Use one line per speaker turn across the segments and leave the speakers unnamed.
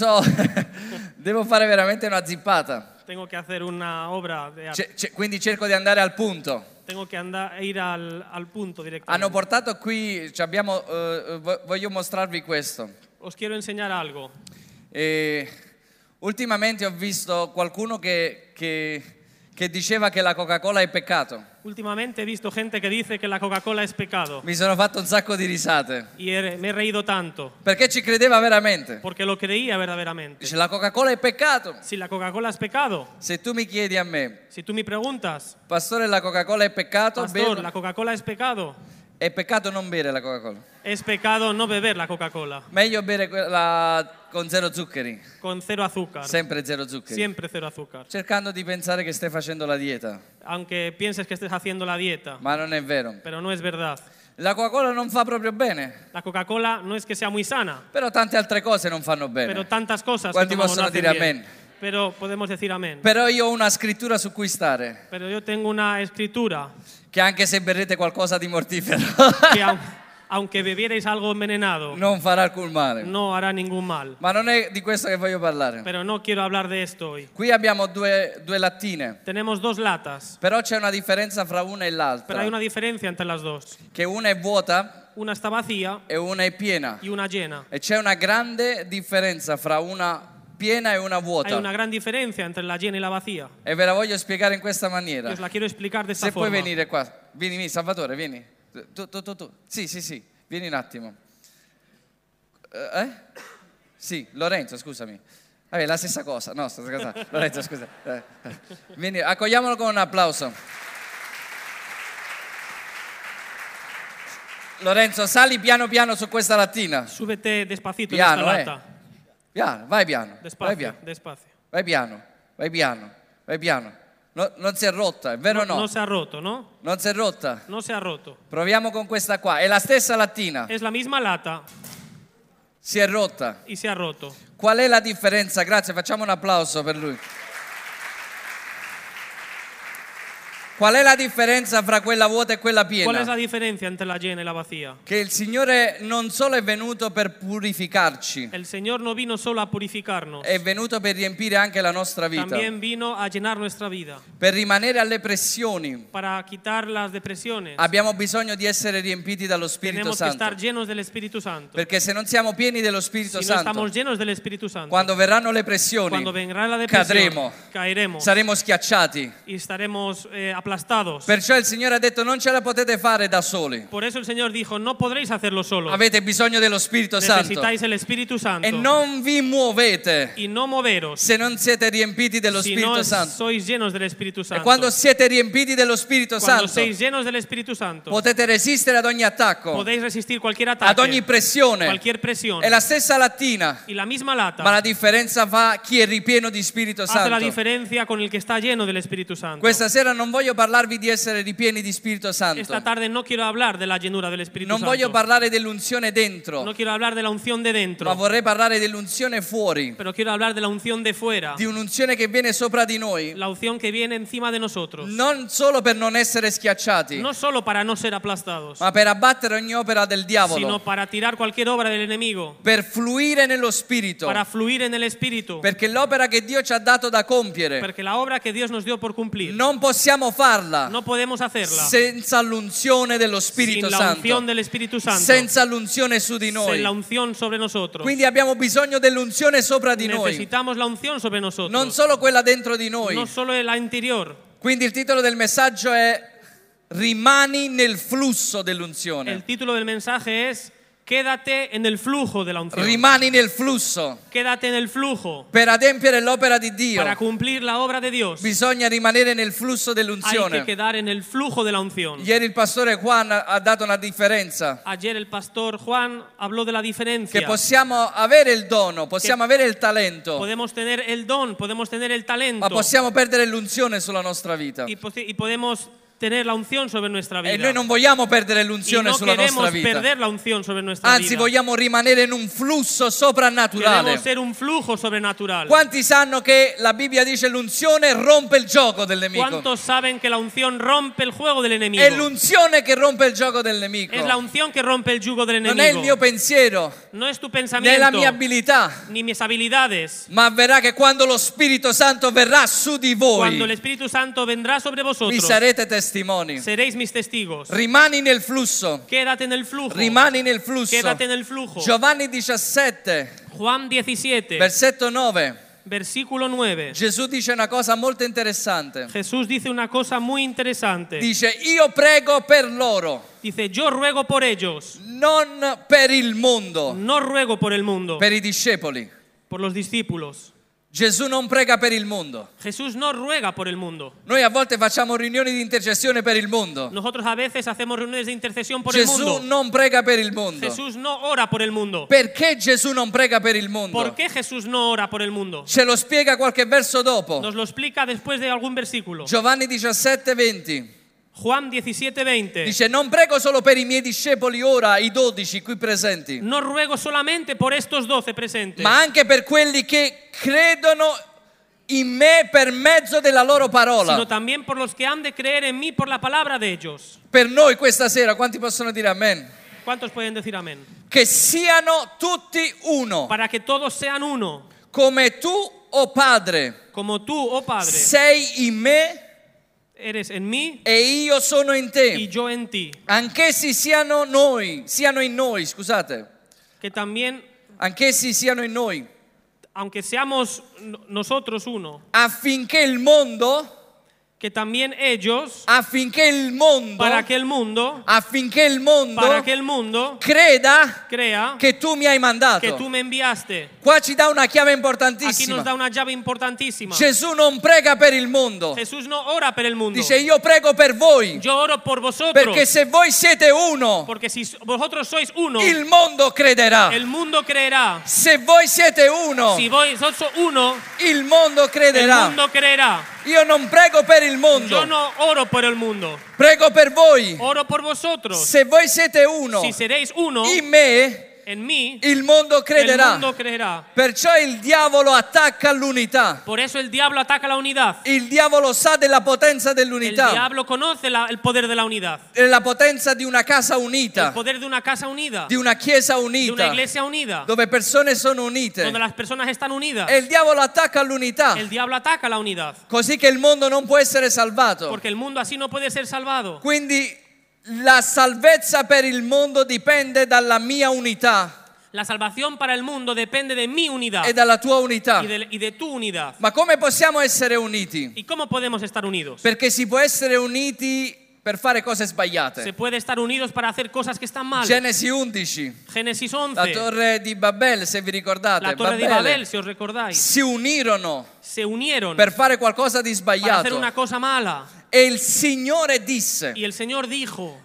So, devo fare veramente una zippata.
Tengo que hacer una obra de arte.
Ce- ce- quindi cerco di andare al punto.
Tengo que andar, ir al, al punto
Hanno
directamente.
portato qui, ci abbiamo, eh, vo- voglio mostrarvi questo.
Os quiero enseñar algo.
E ultimamente ho visto qualcuno che, che- che diceva che la Coca-Cola è peccato.
Últimamente he visto gente que dice que la Coca-Cola es pecado.
Mi sono fatto un sacco di risate.
Y he- me he reído tanto.
Perché ci credeva veramente.
Porque lo creía verdaderamente.
Dice la Coca-Cola è peccato.
Si la Coca-Cola es pecado,
Se tu mi chiedi a me,
si tú me preguntas,
pastore la Coca-Cola è peccato,
Pastor,
bere-
¿la Coca-Cola es pecado?
è peccato non bere la Coca-Cola.
Es pecado no beber la Coca-Cola
Meglio bere quella con zero zuccheri.
con cero azúcar.
Sempre zero zuccheri.
Siempre cero azúcar.
Cercando di pensare che stai facendo la dieta,
Aunque pienses que estés haciendo la dieta,
ma non è vero.
pero no es verdad.
La Coca-Cola non fa proprio bene,
La Coca-Cola no es que sea muy sana,
però tante altre cose non fanno bene.
pero tantas cosas que
Cuanti
no nos
possono
hacen
dire
bien.
amén?
Pero podemos decir amén.
Però io ho una scrittura su cui stare,
Pero yo tengo una escritura
che anche se berrete qualcosa di mortifero
que aun- aunque bebierais algo envenenado, no.
non farà alcun male.
hará ningún mal.
Ma non è di questo che voglio parlare.
Pero no quiero hablar de esto hoy.
Qui abbiamo due, due lattine,
Tenemos dos latas,
però c'è una differenza fra una e
pero
l'altra,
hay una diferencia entre las dos.
che una è vuota
Una está vacía
e una è piena.
y una llena.
E c'è una grande differenza fra una piena e una
Hay
vuota.
una gran diferencia entre la llena y la vacía.
E ve la voglio spiegare in questa
Y
maniera.
os la quiero explicar de esta
Se puoi
forma.
venire qua, vieni, vieni, Salvatore, vieni. Tu, tu, tu, tu. Sì, sì, sì, vieni un attimo. Eh? eh? Sì, Lorenzo, scusami. Vabbè, la stessa cosa. No, sto scherzando. Lorenzo, scusa. Eh, eh. Vieni, accogliamolo con un applauso. Lorenzo, sali piano piano su questa lattina.
Súbete despacito en
Piano,
esta
eh.
lata.
Piano, vai piano. Vai
Despacio,
piano,
despacio.
vai piano, vai piano, vai piano. No- non si è rotta, è vero o
no
no?
se ha roto, ¿no?
Non si è rotta.
No se ha roto.
Proviamo con questa qua, è la stessa lattina,
Es la misma lata
si è rotta.
y se ha roto.
Qual è la differenza? Grazie, facciamo un applauso per lui. Qual è la differenza fra quella vuota e quella
¿Cuál es
piena?
la diferencia entre la llena y la vacía?
Che il Signore non solo è venuto per purificarci,
El Señor no vino solo a purificarnos,
è venuto per riempire anche la nostra vita,
también vino a llenar nuestra vida.
per rimanere alle pressioni.
Para quitar las depresiones,
Abbiamo bisogno di essere riempiti dallo Spirito
tenemos que estar
Santo,
llenos del Espíritu Santo.
perché se non siamo pieni dello
Si
Spirito
no
Santo,
estamos llenos del Espíritu Santo,
quando verranno le pressioni,
cuando vendrá la depresión,
cadremo.
caeremos
saremo schiacciati.
y estaremos eh, aplastados.
Perciò il Signore ha detto non ce la potete fare da soli,
Por eso el Señor dijo, no podréis hacerlo solo.
avete bisogno dello Spirito Santo
Necesitáis el Espíritu Santo
e non vi muovete
y no moveros
se non siete riempiti dello
si
Spirito
no
Santo.
sois llenos del Espíritu
E
Santo.
quando siete riempiti dello Spirito
Cuando
Santo
sois llenos del Espíritu Santo,
potete resistere ad ogni attacco,
podéis resistir cualquier ataque,
ad ogni pressione.
cualquier presión.
È Eh, la stessa lattina,
Y la misma lata
ma la differenza fa chi è ripieno di Spirito
hace la
Santo.
diferencia con el que está lleno del Espíritu Santo.
Questa sera non voglio parlarvi di essere ripieni di Spirito
Esta
Santo.
tarde no quiero hablar de la llenura del Espíritu
Non voglio
Santo.
parlare dell'unzione dentro,
No quiero hablar de la unción de
ma
dentro,
vorrei parlare dell'unzione fuori.
pero quiero hablar de la unción de fuera,
di un'unzione che viene sopra di noi,
la unción que viene encima de nosotros.
non solo per non essere schiacciati,
No solo para no ser aplastados,
ma per abbattere ogni opera del
sino
diavolo,
para tirar cualquier obra del enemigo,
per fluire nello spirito,
para fluir en el Espíritu,
perché l'opera che Dio ci ha dato da compiere
porque la obra que Dios nos dio por cumplir
non possiamo farla
no podemos hacerla
senza l'unzione dello Spirito
sin la unción
Santo,
del Espíritu Santo,
senza l'unzione su di
sin la
noi.
unción sobre nosotros.
Quindi abbiamo bisogno dell'unzione sopra di noi,
Necesitamos la unción sobre nosotros,
non solo quella dentro di
no
noi.
solo la interior.
Quindi il titolo del messaggio è Rimani nel flusso dell'unzione.
El título del mensaje es Quédate en el flujo de la unción.
Rimani nel flusso.
Quédate en el flujo.
Per adempiere l'opera di
Para
Dio
cumplir la obra de Dios
bisogna rimanere nel flusso
hay que
dell'unzione.
quedar en el flujo de la unción.
Ieri il pastore Juan ha- ha dato una differenza,
Ayer el pastor Juan habló de la
che
diferencia.
possiamo avere il dono, possiamo avere il talento,
Podemos tener el don, podemos tener el
ma
talento
possiamo perdere l'unzione sulla nostra vita.
y, posi- y podemos tener la unción sobre nuestra vida.
E noi non vogliamo perdere
Y
l'unzione
no
sulla nostra
queremos
vita.
perder la unción sobre nuestra
Anzi,
vida.
vogliamo rimanere in un flusso soprannaturale.
Queremos ser un flujo sobrenatural.
Quanti sanno che la Bibbia dice l'unzione rompe il gioco del nemico?
¿Cuántos saben que la unción rompe el juego del enemigo?
È l'unzione che rompe il gioco del nemico.
Es la unción que rompe el yugo del
Non è il mio
enemigo.
pensiero,
No es tu
né la
pensamiento,
mia abilità,
ni mis habilidades.
ma avverrà che quando lo Spirito Santo verrà su di
Cuando el
voi,
Espíritu Santo vendrá sobre
vi
vosotros,
sarete testimoni.
seréis mis testigos.
Rimani nel flusso,
Quédate en el flujo.
rimani nel flusso.
Quédate en el flujo.
Giovanni 17,
Juan 17,
versetto 9.
versículo 9.
Gesù dice una cosa molto interessante.
Jesús dice una cosa muy interesante.
Dice, io prego per loro,
Dice, yo ruego por ellos,
non per il mondo,
no ruego por el mundo,
per i discepoli.
por los discípulos.
Gesù non prega per il mondo.
Jesús no ruega por el mundo.
Noi a volte facciamo riunioni di intercessione per il mondo.
Nosotros a veces hacemos reuniones de intercesión por el
Gesù
mundo.
non prega per il mondo.
Jesús no ora por el mundo.
Perché Gesù non prega per il mondo?
¿Por qué Jesús no ora por el mundo?
Ce lo spiega qualche verso dopo.
Nos lo explica después de algún versículo.
Giovanni 17, 20.
Juan 17:20.
Dice, non prego solo per i miei discepoli ora, i dodici qui presenti,
No ruego solamente por estos doce presentes,
ma anche per quelli che credono in me per mezzo della loro parola.
sino también por los que han de creer en mí por la palabra de ellos.
Per noi questa sera, quanti possono dire amen?
¿Cuántos pueden decir amén?
Che siano tutti uno,
Para que todos sean uno,
come tu, o Padre,
como tú, oh Padre,
sei in me
eres en mí
e io sono in
y
te.
yo en ti.
Anch'essi siano noi, siano in noi, scusate.
Que también,
Anch'essi siano in noi,
aunque seamos no- nosotros uno,
affinché il mondo,
que también ellos,
affinché il mondo
para que el mundo,
affinché il mondo
para que el mundo
creda
crea
che tu mi hai
que tú
mandato.
me enviaste.
Qua ci dà una chiave
Aquí nos da
importantissima.
una llave importantísima.
Gesù non prega per il mondo,
Jesús no ora por el mundo.
dice io prego per voi,
Yo oro
perché
por vosotros,
se voi siete uno,
porque si vosotros sois uno,
il mondo crederà.
el mundo creerá.
Se voi siete uno,
Si vosotros sois uno,
il mondo
el
crederà.
mundo creerá.
Io non prego per il
Yo
mondo,
no oro por el mundo,
prego per voi.
oro por vosotros.
Se voi siete uno,
Si seréis uno
in me
en mí,
il mondo
el
crederà.
mundo creerá.
Perciò il diavolo attacca l'unità.
Por eso el diablo ataca la unidad.
Il diavolo sa della potenza
El
dell'unità,
diablo conoce la- el poder de la unidad,
della potenza di una casa
el
unita,
poder de una casa unida,
di una chiesa
de una
unita,
iglesia unida,
dove persone sono unite.
donde las personas están unidas.
E il diavolo attacca l'unità,
El diablo ataca la unidad,
così che il mondo non può essere salvato.
porque el mundo así no puede ser salvado.
Quindi la salvezza per il mondo dipende dalla mia unità
La salvación para el mundo depende de mi unidad
e dalla tua unità.
y de, y de tu unidad.
Ma come possiamo essere uniti?
¿Y cómo podemos estar unidos?
Perché si può essere uniti per fare cose
Se
sbagliate.
puede estar unidos para hacer cosas que están mal.
Genesi 11,
Génesis
la
11,
torre di Babel, se vi ricordate,
la torre de Babel, si os recordáis,
si unirono
se unieron
per fare qualcosa di
para hacer una
sbagliato.
cosa mala.
E il Signore disse,
Y el Señor dijo,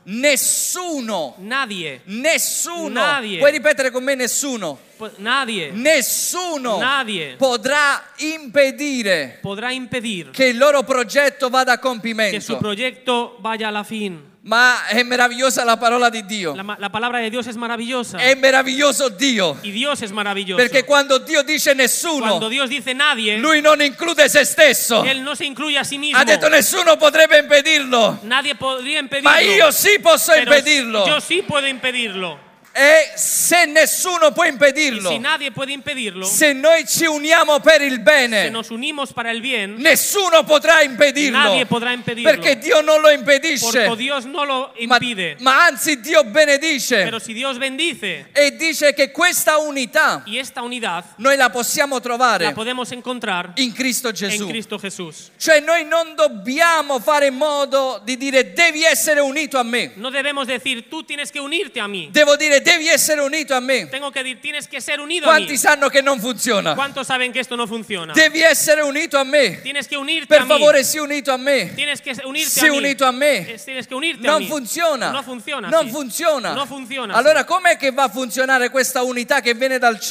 nessuno,
nadie,
nessuno,
Nadie.
puoi ripetere con me nessuno,
pues, nadie
Mm. nessuno
Nadie.
potrà impedire
podrà impedir
che il loro progetto vada a
que su
compimento.
proyecto vaya a la fin.
Ma è meravigliosa la parola di Dio.
La, ma- la palabra de Dios es maravillosa
È meraviglioso Dio.
y Dios es maravilloso.
Perché quando Dio dice nessuno,
Cuando Dios dice nadie,
lui non include se stesso.
Él no se incluye a sí mismo.
Ha detto nessuno potrebbe impedirlo.
Nadie podría impedirlo. Eh,
Ma io sì posso
pero
impedirlo.
Yo sí puedo impedirlo.
E se nessuno può
Y si
impedirlo,
nadie puede impedirlo,
se noi ci uniamo per il
que
bene,
nos unimos para el bien,
nessuno potrà
nadie
impedirlo.
podrá impedirlo.
Perché Dio non lo
Porque
impedisce,
Dios no lo
ma,
impide.
ma anzi Dio benedice
Pero si Dios bendice
e dice che questa unità
y esta unidad
noi la possiamo
la
trovare
podemos encontrar
in Cristo
en
Gesù.
Cristo Jesús.
Cioè noi non dobbiamo fare in modo di dire devi essere unito a me.
No debemos decir, tú tienes que unirte a mí.
Devo dire devi essere unito a me.
Tengo que decir, tienes que ser unido a mí.
Quanti sanno che non funziona?
¿Cuántos saben que esto no funciona?
Devi essere unito a me.
Tienes que unirte
Per
a
favore,
mí.
sii unito a me.
Tienes que unirte
Sii
a mí.
unito a me.
Eh, Tienes que unirte a
Non
mí.
funziona.
No funziona.
Non
así.
funziona.
No funziona. así.
Allora com'è che va a funzionare questa unità che viene dal
¿Y cómo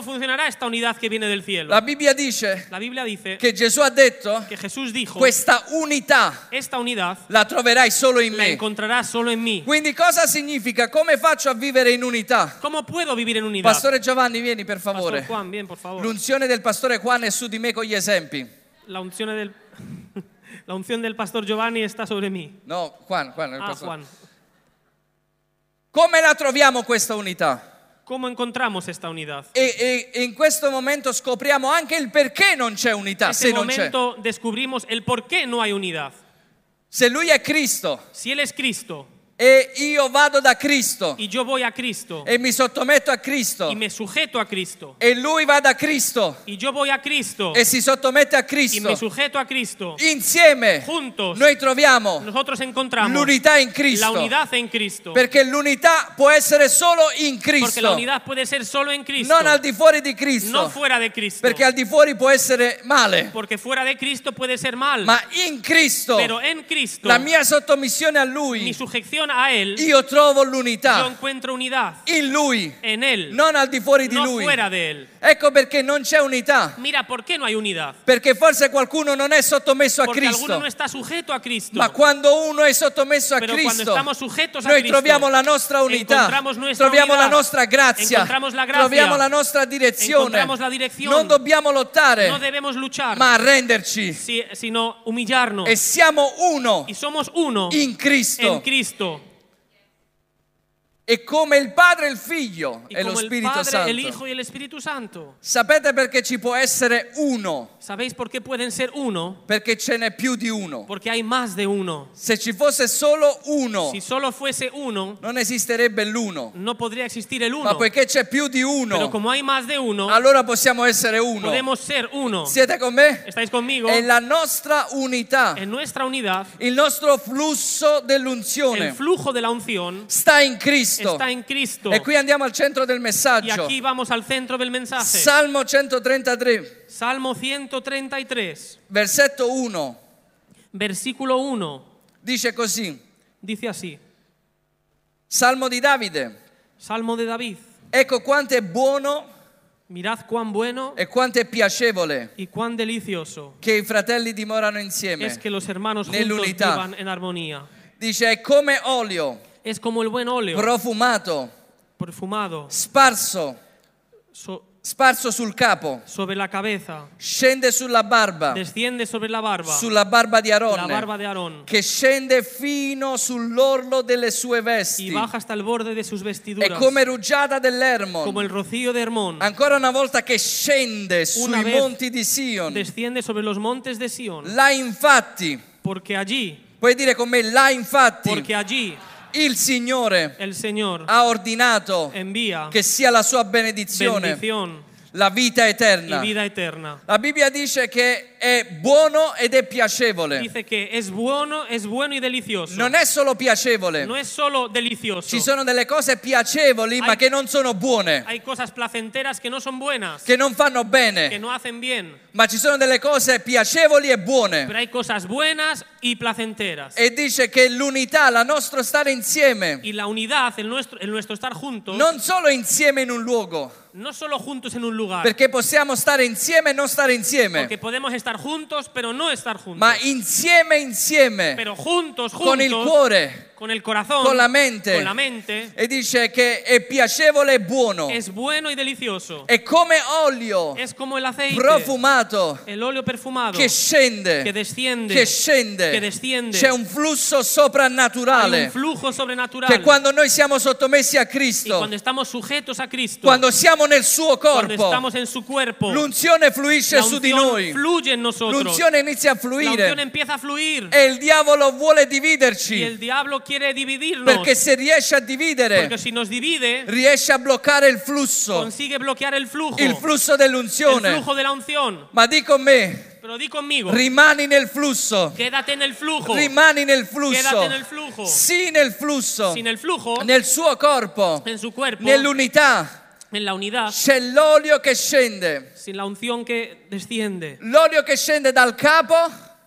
cielo?
funcionará esta unidad que viene del cielo?
La Bibbia dice
La Biblia dice
che Gesù ha detto
que Jesús dijo,
questa unità
esta unidad
la troverai solo in me.
la
Pues,
encontrarás solo en mí.
Quindi cosa significa? Come faccio a vivere in unità?
¿Cómo puedo vivir en unidad?
Pastore Giovanni, vieni per
Pastor
favore.
Juan, bien, por favor.
L'unzione del pastore Juan è su di me con gli esempi.
La unción del la unción del pastor Giovanni está sobre mí.
No, Juan, Juan, il
Ah,
pastore.
Juan.
Come la troviamo questa unità?
¿Cómo encontramos esta unidad?
E, e- e in questo momento scopriamo anche il perché non c'è unità,
En
se
este
non c'è.
momento descubrimos el por qué no hay unidad.
Se lui è Cristo
Si Él es Cristo
e io vado da Cristo
y yo voy a Cristo
e mi sottometto a Cristo
y me sujeto a Cristo
e lui va da Cristo
y yo voy a Cristo
e si sottomette a
y me
Cristo,
sujeto a Cristo,
insieme
juntos
noi troviamo
nosotros encontramos
l'unità in
la
Cristo.
unidad en Cristo.
Perché l'unità può essere solo in
Porque la
Cristo,
unidad puede ser solo en Cristo,
non al di fuori di
no
Cristo.
fuera de Cristo.
Perché al di fuori può essere male,
Porque fuera de Cristo puede ser mal,
ma in Cristo,
pero en Cristo,
la mia sottomissione a
mi
Lui,
sujeción a Él,
io trovo
yo
l'unità
encuentro unidad
in Lui,
en Él,
non al di fuori di
no
Lui.
fuera de Él.
Ecco perché non c'è unità,
Mira, ¿por qué no hay unidad?
perché forse qualcuno non è sottomesso a
Porque alguno no
Cristo.
está sujeto a Cristo.
Ma quando uno è sottomesso a
Pero cuando
Cristo,
estamos sujetos a
noi
Cristo,
troviamo la nostra unità,
encontramos nuestra
troviamo la
unidad,
nostra grazia,
encontramos la grazia,
troviamo la nostra direzione.
encontramos la direzione.
Non dobbiamo lottare,
no debemos luchar,
ma arrenderci
si- sino humillarnos.
e siamo uno
y somos uno
in
en
Cristo.
Cristo.
E come il Padre, il Figlio
Y
e lo
como el
Spirito
Padre, el
Santo.
Hijo y el Espíritu Santo.
Sapete perché ci può essere uno?
¿Sabéis por qué pueden ser uno?
Perché ce n'è più di uno.
Porque hay más de uno.
Se ci fosse solo uno,
Si solo fuese uno,
non esisterebbe l'uno.
no podría existir el
Ma
uno.
poiché c'è più di
Pero
uno,
como hay más de uno,
allora possiamo essere uno.
podemos ser uno.
Siete con me?
¿Estáis conmigo?
È la nostra unità,
En nuestra unidad,
il nostro flusso
el
dell'unzione
flujo de la unción
sta in Cristo.
está en Cristo.
E qui andiamo al centro del
Y
messaggio.
aquí vamos al centro del mensaje.
Salmo 133,
Salmo 133,
versetto 1,
versículo 1,
dice così.
dice así.
Salmo di Davide.
Salmo de David.
Ecco quanto è buono
Mirad cuán bueno
e quanto è piacevole
y cuán delicioso
che i fratelli dimorano insieme.
es que los hermanos juntos
Nell'unità.
vivan en armonía.
Dice è come olio
Es como el buen óleo
profumato,
perfumado
sparso,
so-
sparso sul capo,
sobre la cabeza,
scende sulla barba,
desciende sobre la barba,
sulla barba di
la barba
Aronne,
de Aarón
che scende fino sull'orlo delle sue
y
vesti.
baja hasta el borde de sus
È
vestiduras,
Eh, come rugiada dell'ermo.
como el rocío de Hermón,
Ancora una volta che scende
Una
sui
vez-
monti di Sion.
desciende sobre los montes de Sión,
Là infatti,
porque allí,
puoi dire con me, là infatti
porque allí
Il Signore
el Señor
ha ordinato
envía
che sia la sua benedizione,
bendición
la vita
y
eterna.
vida eterna.
La Bibbia dice che è buono ed è piacevole.
Dice que es bueno, es bueno y delicioso.
Non è solo
No
piacevole,
es solo delicioso.
ci sono delle cose piacevoli ma
Hai-
che non sono buone,
Hay cosas placenteras que no son buenas,
che non fanno
que
bene,
no hacen bien.
ma ci sono delle cose piacevoli e buone.
Pero hay cosas buenas y placenteras.
E dice che l'unità, la nostra stare insieme,
Y la unidad, el nuestro, el nuestro estar juntos, no,
non solo insieme in un luogo,
solo juntos en un lugar,
perché possiamo stare insieme e non stare insieme,
porque podemos estar juntos, pero no estar juntos.
ma insieme insieme,
pero juntos, juntos,
con il cuore.
con el corazón,
con la mente.
con la mente,
e dice che è piacevole e buono,
es bueno y delicioso.
è come olio
es como el aceite,
profumato
el óleo perfumado,
che
que
scende,
desciende,
che scende.
che desciende.
C'è un flusso
hay
soprannaturale
un flujo sobrenatural.
che quando noi siamo sottomessi a
y
Cristo,
cuando estamos sujetos a Cristo,
quando siamo nel suo
cuando
corpo,
estamos en su cuerpo,
l'unzione fluisce
la
su di
unción
noi,
fluye en nosotros.
l'unzione inizia a
la unción
fluire
empieza a fluir
e il diavolo vuole
y
dividerci
el diablo quiere dividirnos.
perché se riesce a dividere,
Porque si nos divide,
riesce a bloccare il flusso,
consigue bloquear el flujo,
il flusso
el
dell'unzione.
flujo de la unción.
Ma di con me,
Pero di conmigo.
Rimani nel flusso.
Quédate en el flujo.
Rimani Oh. nel flusso.
Quédate nel flujo.
Sì nel flusso.
Sin el flujo,
Nel suo corpo.
en su cuerpo,
Nell'unità.
en la unidad,
C'è l'olio che scende.
sin la unción que desciende,
L'olio che scende dal capo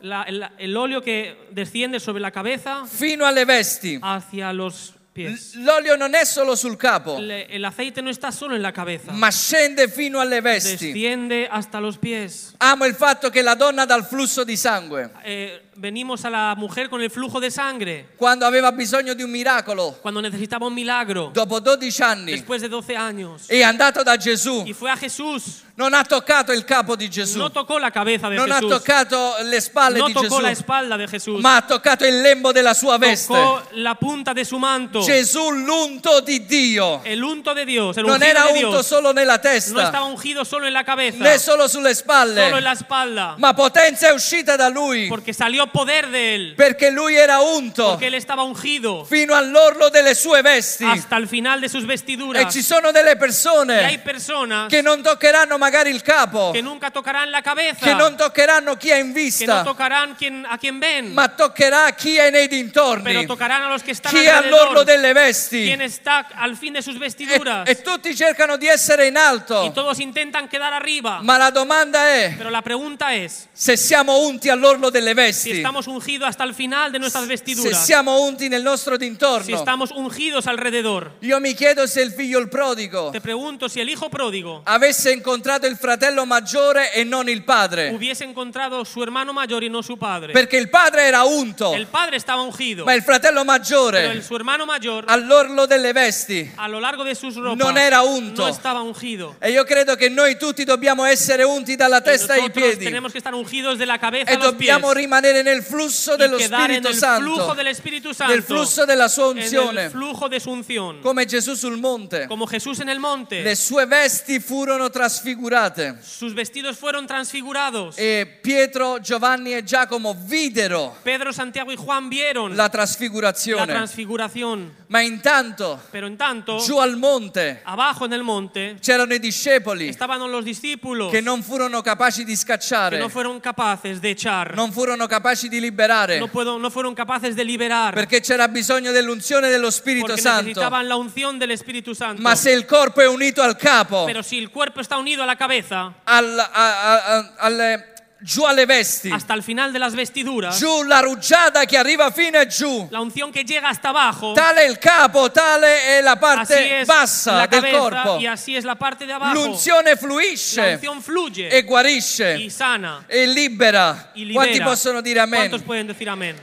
la- el, el óleo que desciende sobre la cabeza
fino alle vesti.
hacia los pies.
L'olio non è solo sul capo,
Le- el aceite no está solo en la cabeza,
ma scende fino alle vesti.
desciende hasta los pies.
Amo il fatto che la donna dal flusso di sangue,
Eh, venimos a la mujer con el flujo de sangre
quando aveva bisogno di un miracolo,
cuando necesitaba un milagro
dopo 12 anni,
después de 12 años
è andata da Gesù,
y fue a Jesús.
non ha toccato il capo di Gesù,
No tocó la cabeza de
non ha
Jesús,
toccato le spalle
no
di
tocó la
Gesù,
espalda de Jesús,
ma ha toccato il lembo della sua veste.
tocó la punta de su manto.
Gesù l'unto di Dio,
El unto de Dios, el
non
ungido
era
de
unto
Dios,
solo nella
no estaba
testa,
ungido solo en la cabeza,
né solo sulle
solo en
spalle,
la espalda,
ma potenza è uscita da lui.
porque salió poder de él,
Perché lui era unto
porque Ah, él estaba ungido
fino all'orlo delle sue vesti.
hasta el final de
E
sus
ci
vestiduras.
sono delle
Y hay
persone
personas
che non toccheranno magari il capo,
que nunca tocarán la cabeza,
che non toccheranno chi è in
que no
vista,
tocarán quien, a quien ven,
ma toccherà chi è nei
pero
dintorni,
tocarán a los que están
chi è all'orlo
alrededor,
delle
quien
vesti.
está al fin de sus
E,
vestiduras,
e tutti cercano di essere in
y
alto,
todos intentan quedar arriba.
ma la domanda è
Pero la pregunta es,
se siamo unti all'orlo delle
si
vesti,
estamos ungidos hasta el final de nuestras
se
vestiduras,
siamo unti nel nostro
si
dintorno.
estamos ungidos alrededor.
Io mi chiedo se il figlio il prodigo
Te pregunto si el hijo pródigo
avesse incontrato il fratello maggiore e non il padre.
hubiese encontrado su hermano mayor y no su padre.
Perché il padre era unto,
El padre estaba ungido,
ma il fratello
pero el-
maggiore
su hermano mayor
all'orlo delle vesti.
a lo largo de sus ropas
Non era unto.
no estaba ungido.
E io credo che noi tutti dobbiamo essere unti dalla testa ai
Nosotros
piedi
tenemos que estar ungidos de la cabeza
e
a los pies
dobbiamo rimanere nel flusso dello
y quedar en
Spirito
el
Santo,
flujo del Espíritu Santo,
nel flusso della sua
en el
unzione,
flujo de su unción.
come Gesù sul monte.
Como Jesús en el monte,
Le sue vesti furono trasfigurate
sus vestidos fueron transfigurados.
e Pietro, Giovanni e Giacomo videro
Pedro, Santiago y Juan vieron
la
la
trasfigurazione.
transfiguración,
Ma intanto,
pero en tanto,
giù al monte,
abajo en el monte,
c'erano i discepoli
estaban los discípulos
che non furono capaci di
que no
scacciare,
fueron capaces de echar,
non furono capaci di liberare,
no, puedo- no fueron capaces de liberar,
perché c'era bisogno dell'unzione dello Spirito
porque
Santo.
necesitaban la unción del Espíritu Santo.
Ma se il corpo è unito al capo,
Pero si el cuerpo está unido a la cabeza,
al- a- a- a- alle- giù alle vesti,
hasta el final de las vestiduras,
giù la rugiada che arriva fino a giù,
la unción que llega hasta abajo,
tale è il capo, tale è la
así
parte
es
bassa
la
del
cabeza
corpo.
y así es la parte de abajo.
L'unzione
la
fluisce
unción fluye
e
y
guarisce
sana
e libera.
y libera.
Quanti possono dire amen?
¿Cuántos pueden decir amén?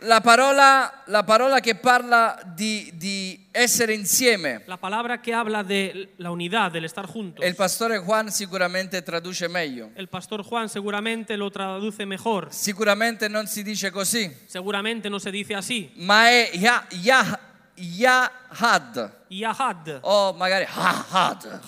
La parola, la parola che parla di, di essere insieme,
La palabra que habla de la unidad, del estar juntos.
e il pastore Juan sicuramente traduce meglio.
El pastor Juan seguramente lo traduce mejor.
Sicuramente non si dice così,
Seguramente no se dice así.
ma è ya- ya- Yahad,
Yahad.
o magari Hahad.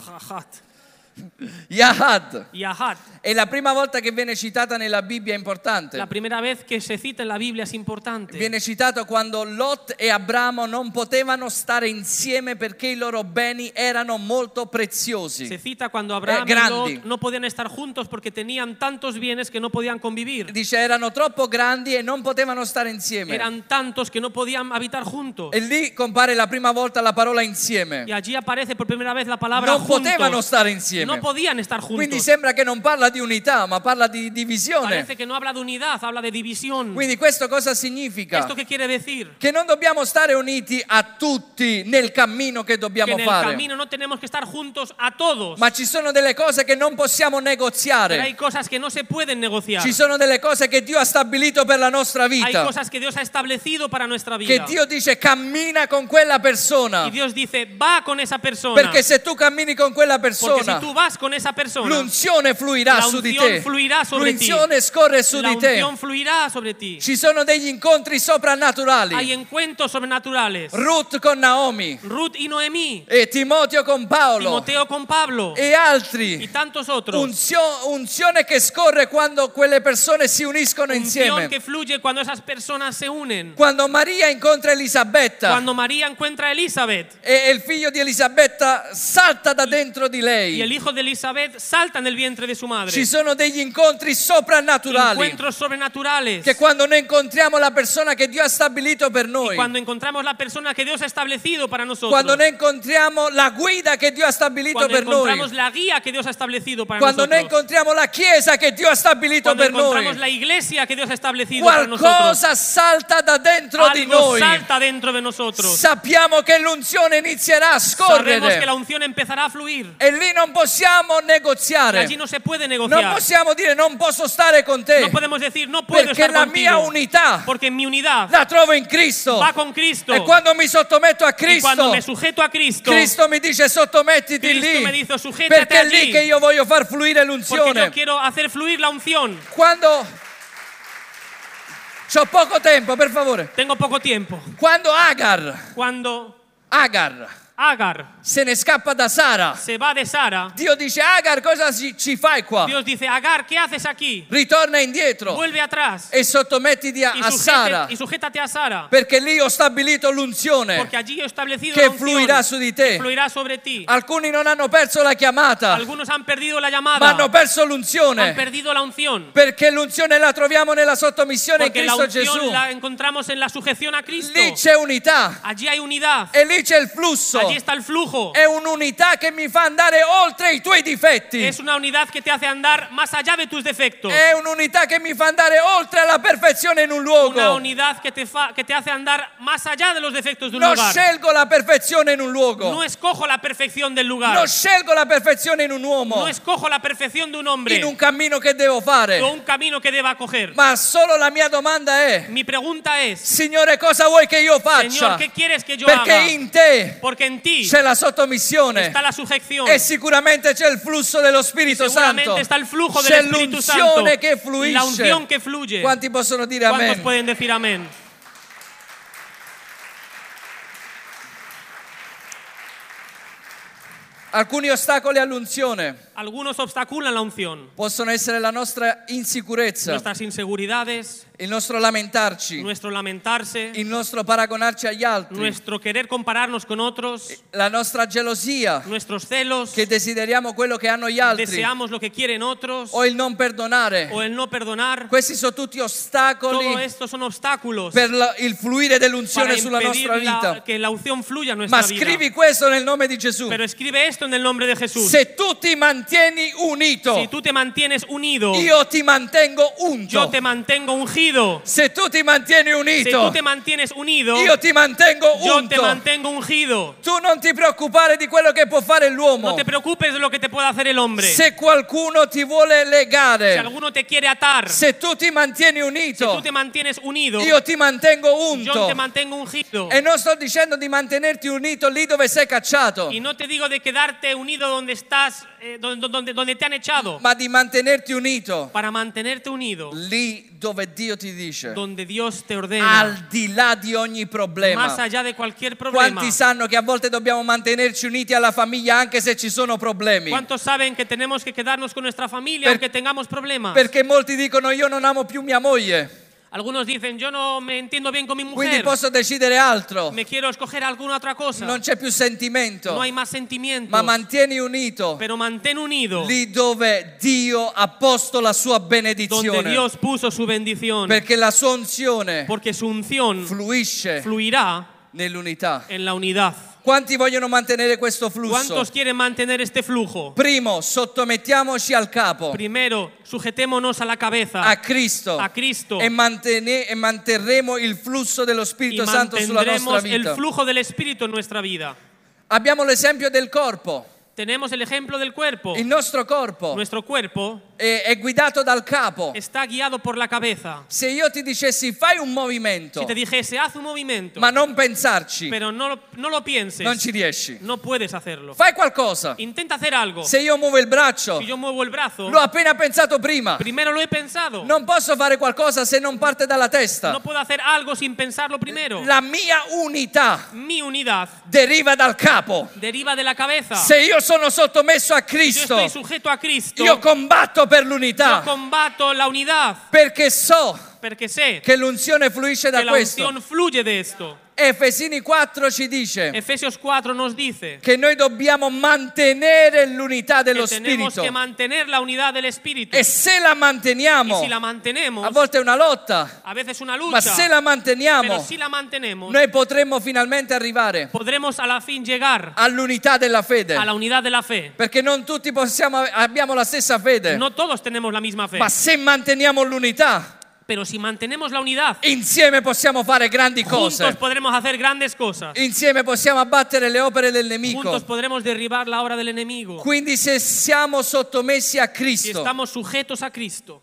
Jajat.
Yahad.
Yahad.
È la prima volta che viene citata nella Bibbia è importante.
La primera vez que se cita en la Biblia es importante.
Viene citato quando Lot e Abramo non potevano stare insieme perché i loro beni erano molto preziosi.
Se cita cuando
Eh,
Abraham y
grandi.
Lot no podían estar juntos porque tenían tantos bienes que no podían convivir.
Dice erano troppo grandi e non potevano stare insieme.
Eran tantos que no podían habitar juntos.
E lì compare la prima volta la parola insieme.
Y allí aparece por primera vez la palabra
Non potevano
juntos.
stare insieme.
No podían estar
Quindi
juntos.
sembra che non parla di unità, ma parla di divisione.
Parece que no habla de unidad, habla de división.
Quindi questo cosa significa?
¿Esto qué quiere decir?
Che non dobbiamo stare uniti a tutti nel cammino che
que
dobbiamo
en el
fare.
camino no tenemos que estar juntos a todos.
Ma ci sono delle cose che non possiamo
Pero hay
negoziare.
cosas que no se pueden negociar.
Ci sono delle cose che Dio ha stabilito per la nostra
Hay
vita.
cosas que Dios ha establecido para nuestra
Che
vida.
Dio dice cammina con quella persona.
Y Dios dice, va con esa persona.
Perché se tu cammini con quella
Porque si
persona,
tú vas con esa persona,
L'unzione fluirà
la
su di
unzione
te.
fluirà sobre ti.
L'unzione scorre su
la
di te.
unción fluirá sobre ti.
Ci sono degli incontri
Hay
soprannaturali.
encuentros sobrenaturales.
Ruth con Naomi
Ruth y Noemí,
e Timoteo con Paolo
Timoteo con Pablo
e
y
altri.
tantos otros.
Unzio- unzione che scorre quando quelle persone si uniscono
Unción
insieme.
que fluye cuando esas personas se unen.
Quando Maria incontra Elisabetta
Cuando María encuentra a Elizabeth
e e il figlio di Elisabetta salta da dentro di
y el
lei,
hijo de Elizabeth saltan del vientre de su madre.
ci sono degli incontri soprannaturali.
Encuentros sobrenaturales.
Che quando noi incontriamo la persona che Dio ha stabilito per noi,
Cuando encontramos la persona que Dios ha establecido para nosotros.
quando noi incontriamo la guida che Dio ha stabilito
Cuando
per
encontramos
noi,
la guía que Dios ha establecido para
quando noi
nosotros.
incontriamo la chiesa che Dio ha stabilito
Cuando
per
encontramos la
noi,
iglesia que Dios ha establecido para nosotros.
qualcosa salta da dentro di
Algo
noi.
salta dentro de nosotros.
Sappiamo che l'unzione inizierà a
Sabemos que la
scorrere
unción empezará a fluir.
e lì non possiamo
Y
negoziare.
Allí no se puede
Non
negociar.
possiamo dire non posso stare con te
No podemos decir no puedo
perché
estar
la mia
contigo.
unità
Porque mi unidad
la trovo in Cristo.
va con Cristo.
E quando mi sottometto a
Y
Cristo,
cuando me sujeto a Cristo,
Cristo mi dice sottomettiti
Cristo
lì
me dice, "Sugétate
perché è lì
allí".
che io voglio far fluire
porque yo
l'unzione.
quiero hacer fluir la unción.
Quando C'ho poco tempo, per favore.
Tengo poco tiempo.
Quando Agar,
Cuando
Agar
Agar
se ne scappa da Sara,
se va de Sara,
Dio dice Agar, cosa ci, ci fai qua?
Dios dice, Agar, ¿qué haces aquí?
Ritorna indietro
Vuelve atrás
e sottomettiti a,
y,
a
sujete-
Sara Eh,
y sujétate a Sara,
perché lì ho stabilito l'unzione.
porque allí he establecido la
che
unción,
fluirà su di te.
fluirá sobre ti.
Alcuni non hanno perso la chiamata,
Algunos han perdido la
ma hanno
llamada,
perso
han
l'unzione.
perdido la unción,
Perché l'unzione la troviamo nella sottomissione in
porque la
Cristo
unción
Gesù.
la encontramos en la sujeción a Cristo.
Lì c'è unità
Allí hay unidad,
e lì c'è il flusso.
allí está el flujo.
È un'unità che mi fa andare oltre i tuoi difetti.
Es una unidad que te hace andar más allá de tus defectos.
È un'unità che mi fa andare oltre la perfezione in un
Una
luogo.
unidad que te, fa- que te hace andar más allá de los defectos de un
Non
lugar.
scelgo la perfezione in un
No
luogo.
escojo la perfección del lugar.
Non scelgo la perfezione in un
No
uomo,
escojo la perfección de un hombre
in un cammino che devo
o
fare.
un camino que deba coger.
Ma solo la mia domanda è,
Mi pregunta es,
Signore, cosa vuoi che io faccia?
Señor, ¿qué quieres que yo
Perché
haga?
in te
Porque en ti
c'è la sottomissione
está la sujeción.
e sicuramente c'è il flusso dello Spirito Santo.
Seguramente está el flujo del
c'è
Espíritu Santo.
l'unzione che
y La unción
fluisce.
que fluye.
Quanti possono dire
¿Cuántos
amen?
pueden decir amén?
Alcuni ostacoli all'unzione
Algunos obstaculan la unción.
possono essere la nostra insicurezza,
Nuestras inseguridades,
il nostro lamentarci,
nuestro lamentarse,
il nostro paragonarci agli altri,
nuestro querer compararnos con otros,
la nostra gelosia
nuestros celos,
che desideriamo quello che hanno gli altri
deseamos lo que quieren otros
o il non perdonare.
o el no perdonar.
Questi sono tutti
Todo
ostacoli
esto son obstáculos
per la- il fluire
para
dell'unzione sulla
impedir
nostra
la-
vita.
que la unción fluya en
Ma
nuestra vida.
scrivi questo nel nome di Gesù.
Pero escribe esto en el nombre de Jesús.
Se tu ti mantieni
Si
unito,
tú te mantienes unido,
io ti mantengo unto.
yo te mantengo ungido.
Se tu ti mantieni
Si tú
unito,
te mantienes unido,
io ti mantengo
yo te
unto.
mantengo ungido.
Tu non ti preoccupare di quello che può fare
No
l'uomo.
te preocupes de lo que te pueda hacer el hombre. Si
Se qualcuno ti vuole legare,
alguno te quiere atar, si
se tu ti mantieni
tú
unito,
te mantienes unido,
io ti mantengo
yo
unto.
te mantengo ungido.
E non sto dicendo di mantenerti unito lì dove sei cacciato,
Y no te digo de quedarte unido donde estás, eh, donde, donde- donde te han echado,
ma di mantenerti unito
para mantenerte unido
lì dove Dio ti dice,
donde Dios te ordena,
al di là di ogni problema.
más allá de cualquier problema.
Quanti sanno che a volte dobbiamo mantenerci uniti alla famiglia anche se ci sono problemi?
¿Cuántos saben que tenemos que quedarnos con nuestra familia
Per-
aunque tengamos problemas?
Perché molti dicono io non amo più mia moglie,
Algunos dicen, yo no me entiendo bien con mi
quindi
mujer,
posso decidere altro.
me quiero escoger alguna otra cosa.
Non c'è più sentimento,
No hay más sentimientos,
ma mantieni unito
pero mantén unido
lì dove Dio ha posto la sua
donde
benedizione,
Dios puso su bendición,
perché la sua unzione
porque su unción
fluisce
fluirá
nell'unità.
en la unidad.
Quanti vogliono mantenere questo flusso?
¿Cuántos quieren mantener este flujo?
Primo, sottomettiamoci al capo,
Primero, sujetémonos a la cabeza
a Cristo,
a Cristo.
e, mantene- e manterremo il flusso dello
y
Spirito Santo sulla nostra
mantendremos el
vita.
flujo del Espíritu en nuestra vida.
Abbiamo l'esempio del corpo,
Tenemos el ejemplo del cuerpo.
il nostro corpo
Nuestro cuerpo
E- è guidato dal capo.
está guiado por la cabeza.
Se io ti dicessi fai un movimento,
Si te dijese, haz un movimiento,
ma non pensarci,
pero no, lo- no lo pienses,
non ci riesci.
no puedes hacerlo.
Fai qualcosa.
Intenta hacer algo.
Se io muovo il braccio,
Si yo muevo el brazo,
l'ho appena pensato prima.
primero lo he pensado.
Non posso fare qualcosa se non parte dalla testa.
No puedo hacer algo sin pensarlo primero.
La mia unità
Mi unidad
deriva dal capo.
deriva de la cabeza.
Se io sono sottomesso a
Yo estoy
Cristo,
sujeto a Cristo.
io combatto per
Yo
l'unità
combato la unidad
perché so
porque sé
che l'unzione fluisce da
que la
questo.
unción fluye de esto.
Efesini 4 ci dice
Efesios 4 nos dice
che noi dobbiamo mantenere l'unità
que
dello
tenemos que
Spirito
mantener la unidad del Espíritu.
e se la
Y
manteniamo,
si la mantenemos,
a volte è una lotta,
a veces una
ma
lucha,
se la
pero
manteniamo
si la mantenemos,
noi potremmo finalmente arrivare
podremos a la fin llegar
all'unità della
a
fede.
la unidad de la fe.
Perché non tutti possiamo, abbiamo la stessa fede.
No todos tenemos la misma fe,
Ma se manteniamo l'unità,
pero si mantenemos la unidad,
insieme possiamo fare grandi
juntos
cose.
podremos hacer grandes cosas.
Insieme possiamo abbattere le opere del
Juntos
nemico.
podremos derribar la obra del enemigo.
Quindi se siamo sottomessi a
Si
Cristo,
estamos sujetos a Cristo,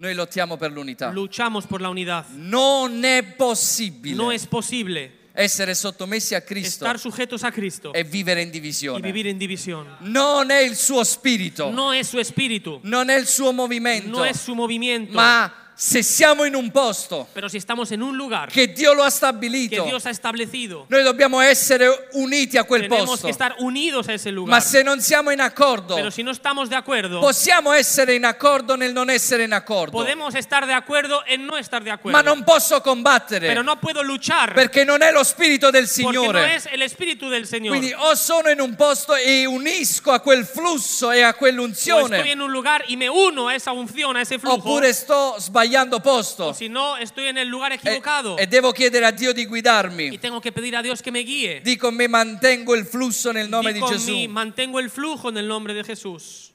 noi lottiamo per l'unità.
luchamos por la unidad.
Non è
No
possibile
es posible
essere sottomessi a Cristo
estar sujetos a Cristo
e vivere in
y
divisione.
vivir en división.
Non è il suo spirito,
No es su espíritu,
non è il suo movimento,
no es su movimiento,
ma se siamo in un posto
pero si estamos en un lugar que
che Dio lo ha
Dios
stabilito,
ha establecido,
Noi dobbiamo essere uniti a quel
tenemos
posto.
que estar unidos a ese lugar.
Ma se non siamo in accordo,
Pero si no estamos de acuerdo,
possiamo essere in accordo nel non essere in accordo.
podemos estar de acuerdo en no estar de acuerdo.
Ma non posso
pero
combattere
no puedo luchar
perché non è lo spirito del
porque no
Signore.
es el espíritu del Señor.
Quindi o sono in un posto e unisco a quel flusso e a
O estoy
quell'unzione,
en un lugar y me uno a esa unción, a ese flujo.
oppure sto sbagliando
o
posto
si no, estoy en el lugar
e,
equivocado
e devo chiedere a Dio di
y
guidarmi.
tengo que pedir a Dios que me guíe.
Dico mi mantengo il flusso nel nome
Di
di
con mí,
Gesù.
mantengo el flujo en el nombre de Jesús.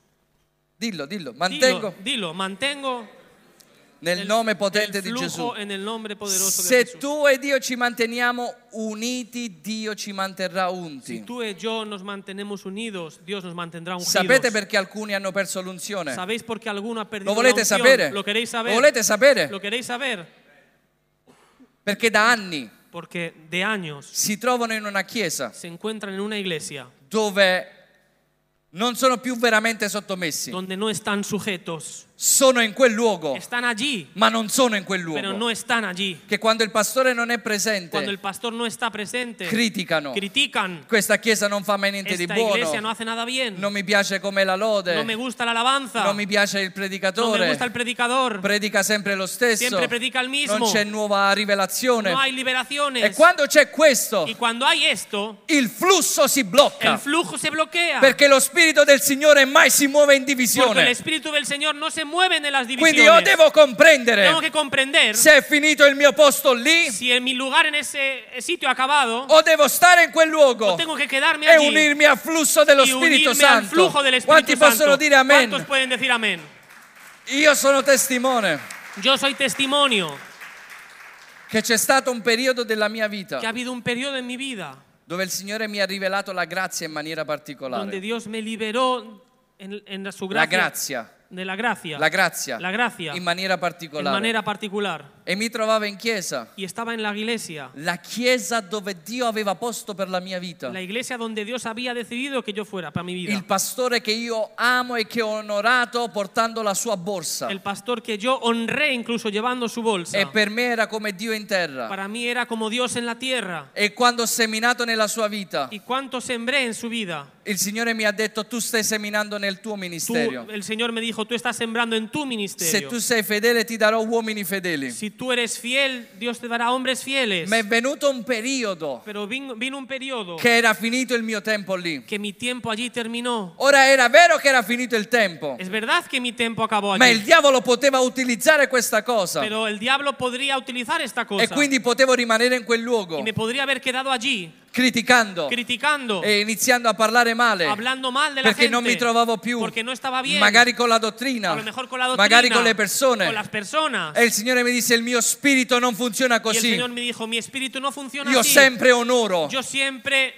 Dillo, dillo,
Dilo,
mantengo
dilo, mantengo
nel
el,
nome
el
potente di
flujo
Gesù.
en el nombre poderoso de
Se
Jesús.
tu e Dio ci manteniamo uniti, Dio ci manterrà unti.
Tú y yo nos mantenemos unidos, Dios nos mantendrá unidos.
Sapete perché alcuni hanno perso l'unzione?
¿Sabéis por qué alguno ha
Lo
perdido la
volete
unción?
sapere?
¿Lo queréis saber?
volete sapere?
¿Lo queréis saber?
Perché da anni
Porque de años
si trovano in una chiesa
se encuentran en una iglesia
dove non sono più veramente sottomessi.
donde no están sujetos.
Sono in quel luogo,
Están allí,
ma non sono in quel
pero
luogo.
no están allí.
Che quando il pastore non è
Cuando el
presente,
pastor no está presente,
criticano.
critican.
Questa chiesa non fa mai niente di
Esta iglesia no
buono.
hace nada bien.
Non mi piace come la
No me
lode.
gusta la alabanza.
Non mi piace il
No me
predicatore.
gusta el predicador.
predica sempre lo stesso,
Siempre predica il mismo.
non c'è nuova rivelazione.
No hay liberaciones.
e quando c'è questo,
Y cuando hay esto,
il flusso si blocca
el flujo se bloquea.
perché lo spirito del Signore mai si muove in
Porque el
divisione.
Espíritu del Señor no se mueve en las
Quindi io
divisiones.
devo
Tengo
comprendere
que comprender
se è finito il mio posto lì
si en mi lugar en ese sitio ha acabado
o devo stare in quel luogo
o tengo que quedarme
e
allí
unirmi al flusso dello
y
Spirito
unirme al
Santo.
flujo del Espíritu
Quanti possono
Santo.
dire amen?
¿Cuántos pueden decir amén?
Io sono testimone
Yo soy testimonio
che c'è stato un periodo della mia vita
que ha habido un periodo en mi vida
dove il Signore mi ha rivelato la grazia in maniera
donde
particolare.
Dios me liberó en, en su
La
gracia,
grazia.
de la gracia,
La grazia.
La grazia.
In maniera
en
particolare.
manera particular.
E mi trovavo in chiesa.
Y estaba en la iglesia,
La chiesa dove Dio aveva posto per la mia vita.
la iglesia donde Dios había decidido que yo fuera para mi vida.
Il pastore che io amo e che ho onorato portando la sua borsa.
El pastor que yo honré incluso llevando su bolsa.
E per me era come Dio in terra.
Para mí era como Dios en la tierra.
E quando ho seminato nella sua vita,
¿Y cuánto sembré en su vida?
il Signore mi ha detto tu stai seminando nel tuo
Tú-
ministero.
el Señor me dijo, tú estás sembrando en tu
Se
ministerio.
tu sei fedele ti darò uomini fedeli.
Si tú eres fiel, Dios te dará hombres fieles.
Mi è venuto un periodo
Pero vin- vino, un periodo
che era finito il mio tempo lì.
que mi tiempo allí terminó.
Ora era vero che era finito il tempo.
Es verdad que mi tiempo acabó
Ma il
allí.
diavolo poteva utilizzare questa cosa
Pero el diablo podría utilizar esta cosa.
e quindi potevo rimanere in quel luogo
y me podría haber quedado allí,
criticando
criticando,
e iniziando a parlare male
hablando mal de la
perché
gente.
non mi trovavo più,
Porque no estaba bien.
magari con la
a
dottrina,
lo mejor con la doctrina.
magari con le
Con las
persone.
personas.
E il Signore mi disse il mio spirito non funziona
Y el
così.
Señor me dijo, mi espíritu no funciona
Io
así.
sempre onoro,
Yo siempre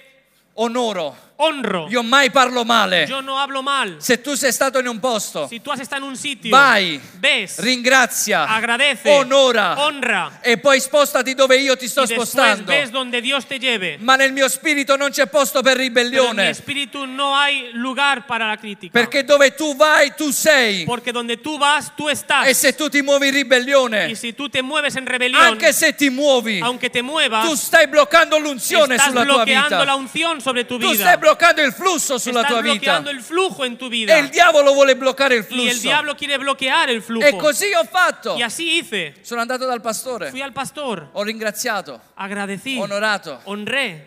onoro
honro.
Io mai parlo male.
Yo no hablo mal.
Se tu sei stato in un posto,
Si tú has estado en un sitio,
Vai.
ves,
ringrazia,
agradece,
onora
honra,
e poi spostati dove io ti sto
y después
spostando.
ves donde Dios te lleve.
Ma nel mio spirito non c'è posto per
Pero en mi
ribellione,
espíritu no hay lugar para la crítica.
perché dove tu vai tu sei
Porque donde tú vas, tú
e
estás.
se tu ti muovi in
Y
ribellione,
si tú te mueves en rebelión,
anche se ti muovi,
aunque te
tu
muevas,
stai bloccando l'unzione
estás
sulla tua
bloqueando
vita.
la unción sobre tu
Tu stai
vida.
bloccando il flusso sulla
Estás
tua vita.
bloqueando el flujo en tu vida.
E il diavolo vuole bloccare il
Y el
flusso.
diablo quiere bloquear el flujo.
E così ho fatto.
Y así hice.
Sono andato dal pastore,
Fui al pastor,
ho ringraziato,
agradecí,
onorato,
honré,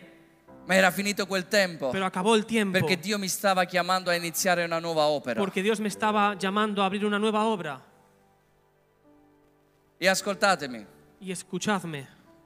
ma era finito quel tempo
pero acabó el tiempo.
perché Dio mi stava chiamando a iniziare una nuova opera.
Porque Dios me estaba llamando a abrir una nueva obra.
E ascoltatemi,
Y escuchadme,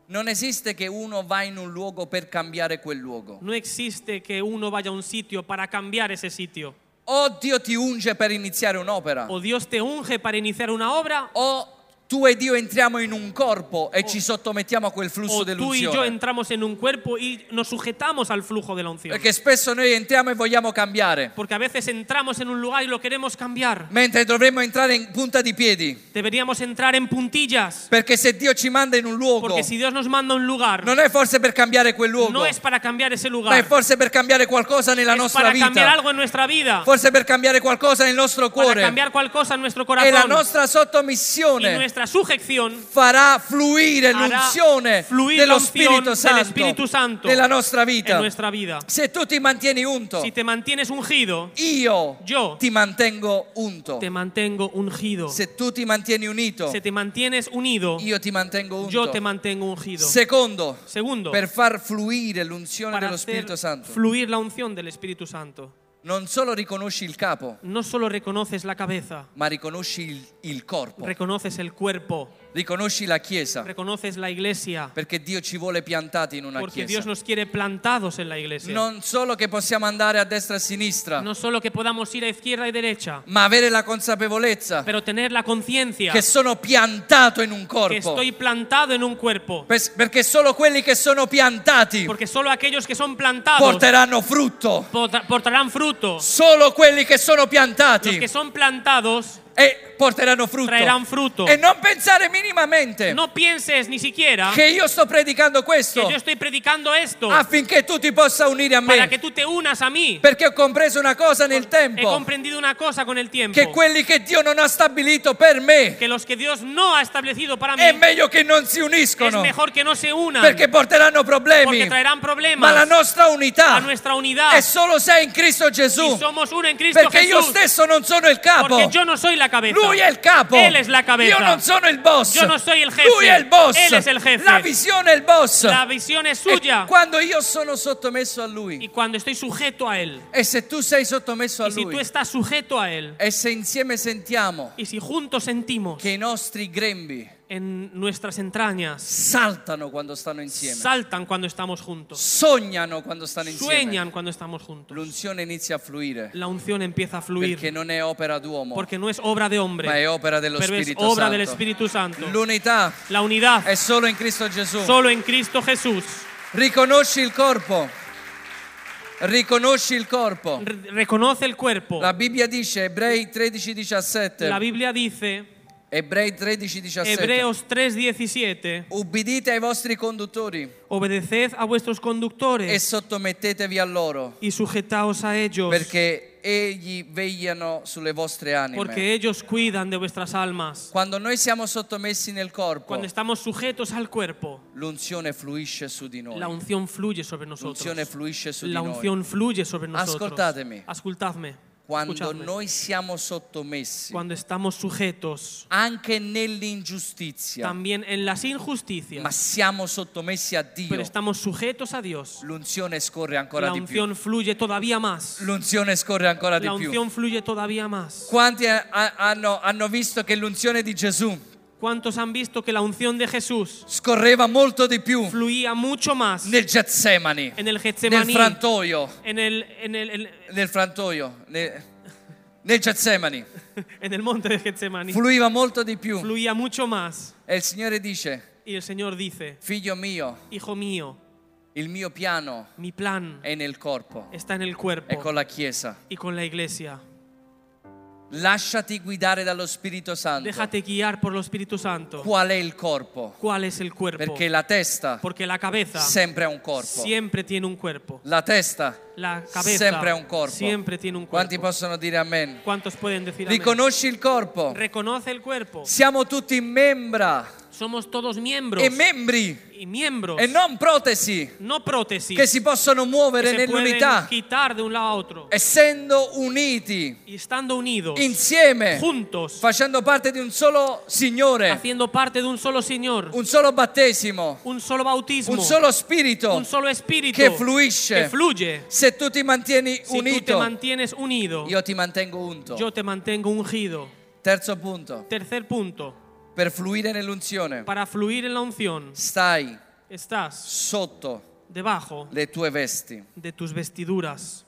non esiste che uno va in un luogo per cambiare quel luogo.
no existe que uno vaya a un sitio para cambiar ese sitio.
O Dio ti unge per iniziare un'opera,
O Dios te unge para iniciar una obra,
o tu e Dio entriamo in un corpo e ci sottomettiamo a quel flusso
o tú y yo
dell'unzione.
entramos en un cuerpo y nos sujetamos al flujo de la unción.
Perché spesso noi entriamo e vogliamo cambiare,
Porque a veces entramos en un lugar y lo queremos cambiar.
mentre dovremmo entrare in punta di piedi.
Deberíamos entrar en puntillas.
Perché se Dio ci manda in un luogo,
Porque si Dios nos manda a un lugar,
non è forse per cambiare quel luogo,
no es para cambiar ese
ma
lugar.
è forse per cambiare qualcosa nella
es
nostra
para cambiar
vita,
algo en nuestra vida,
forse per cambiare qualcosa nel nostro
para
cuore.
cambiar cualquier cosa en nuestro
E la
corazón.
nostra
y
sottomissione
nuestra sujeción
farà fluire
Farà
l'unzione
fluir
dello
l'unzione
Spirito
dello
Santo,
Spirito Santo
nella nostra
en
vita.
nuestra vida.
Se tu ti mantieni unto,
Si te mantienes ungido,
io
Io
ti mantengo unto.
te mantengo ungido.
Se tu ti mantieni unito,
Si te mantienes unido,
io ti mantengo
yo te
unto.
mantengo ungido.
Secondo,
Segundo,
per far fluire l'unzione
para
dello
hacer
Spirito Santo.
fluir la unción del Espíritu Santo,
Non solo riconosci il capo,
no solo reconoces la cabeza,
ma riconosci il, il corpo,
reconoces el cuerpo,
riconosci la chiesa,
reconoces la iglesia,
perché Dio ci vuole piantati in una
porque Dios
chiesa.
nos quiere plantados en la iglesia.
Non solo che possiamo andare a destra e a sinistra,
No solo que podamos ir a izquierda y derecha,
ma avere la consapevolezza
pero tener la conciencia
che sono piantato in un
que
corpo.
estoy plantado en un cuerpo.
Pers- Perché solo quelli che sono piantati
Porque solo aquellos que son plantados
porteranno frutto.
porta- portarán fruto.
Solo quelli che sono
Los que
piantati
son plantados
e porteranno frutto.
traerán fruto.
E non pensare minimamente
No pienses ni siquiera que
che io sto predicando questo
yo estoy predicando esto
affinché tu ti possa unire a
para
me.
que tú te unas a mí.
Perché ho compreso una cosa nel
He
tempo,
comprendido una cosa con el tiempo.
che quelli che Dio non ha stabilito per me
Que los que Dios no ha establecido para mí
è meglio che non si
es
uniscono,
mejor que no se unan
perché porteranno
porque
problemi.
traerán
Ma la
problemas
nostra
a
unità
nuestra unidad.
è solo se è in Cristo
Si
Gesù,
somos uno en Cristo
perché io
Jesús.
stesso non sono il capo.
Porque yo no soy la cabeza.
Lui è il capo.
Él es la cabeza.
Io non sono il boss.
Io non sono il jefe.
Lui è il boss.
Él es el jefe.
La visione è il boss.
La visión es
E
suya.
quando io sono sottomesso a
Y
lui
cuando estoy sujeto a Él,
e se tu sei sottomesso a
y si tú
lui
estás sujeto a Él,
e se insieme sentiamo
y si juntos sentimos
che i nostri grembi
en nuestras entrañas,
saltano quando stanno insieme,
saltan cuando estamos juntos,
sognano quando stanno insieme,
sueñan cuando estamos juntos,
l'unzione inizia a fluire
la unción empieza a
perché
fluir,
non è opera d'uomo,
porque no es obra de
ma è
hombre,
opera dello
pero es
Spirito
obra
Santo.
del Espíritu Santo.
L'unità
La unidad
è solo in Cristo Gesù.
solo en Cristo Jesús.
Riconosci il corpo. Riconosci il corpo.
Re- Reconoce el cuerpo.
La Bibbia dice Ebrei 13 17.
La Biblia dice,
Ebrei 13 17.
Hebreos 3:17,
Ubbidite ai vostri conduttori
obedeced a vuestros
e
conductores
somettetevi a loro,
y sujetaos a ellos,
perché egli vegliano sulle vostre anime.
porque ellos cuidan de vuestras almas.
Quando noi siamo sottomessi nel corpo,
Cuando estamos sujetos al cuerpo,
l'unzione fluisce su di
la
noi.
unción fluye sobre
L'unzione
nosotros.
fluisce su di
La
noi.
unción fluye sobre nosotros.
Ascoltatemi.
Ascoltadme.
Quando
Escuchadme.
noi siamo sottomessi,
Cuando estamos sujetos
anche nell'ingiustizia,
también en las
ma
injusticias,
siamo sottomessi a
pero
Dio,
estamos sujetos a Dios,
l'unzione scorre ancora
la
di più.
unción fluye todavía más.
L'unzione scorre ancora di
La
più.
unción fluye todavía más.
Quanti ha- ha- hanno, hanno visto che l'unzione di Gesù
¿Cuántos han visto que la unción de Jesús
scorreva molto di più
fluía mucho más
nel Getsemani,
en el
nel
Getsemaní,
frantoio,
en el, en el, en-
nel frantoio, nel, nel Getsemani?
en el monte de Getsemaní?
Fluiva molto di più.
Fluía mucho más.
E il Signore dice,
Y el Señor dice,
figlio mio,
Hijo mío,
Il mio piano
Mi plan
è nel corpo
está en el
e con
cuerpo
la Chiesa.
y con la iglesia.
Lasciati guidare dallo Spirito Santo.
Déjate guiar por lo Espíritu Santo.
Qual è il corpo?
¿Cuál es el cuerpo?
Perché la testa
Porque la cabeza
sempre ha un corpo.
siempre tiene un cuerpo.
La testa
La cabeza
sempre ha un corpo.
siempre tiene un
Quanti
cuerpo.
possono dire amen?
¿Cuántos pueden decir amén?
Riconosci il corpo.
Reconoce el cuerpo.
Siamo tutti membra
Somos todos miembros
e membri
y miembros,
e non protesi
no prótesis,
che si possono muovere
que se pueden
nell'unità,
quitar de un lado a otro.
Eh. essendo uniti
Y estando unidos,
insieme,
juntos,
facendo parte di un solo Signore,
haciendo parte de un solo Señor,
eh. un solo battesimo,
un solo bautismo,
un solo spirito.
un solo espíritu
che fluisce.
que fluye.
Se tu ti mantieni
Si tú te
unito,
mantienes unido,
io ti mantengo unto.
yo te mantengo ungido.
Terzo punto,
Tercer punto,
per fluire nell'unzione,
para fluir en la unción,
stai
estás
sotto
debajo
le tue vesti.
de tus vestiduras.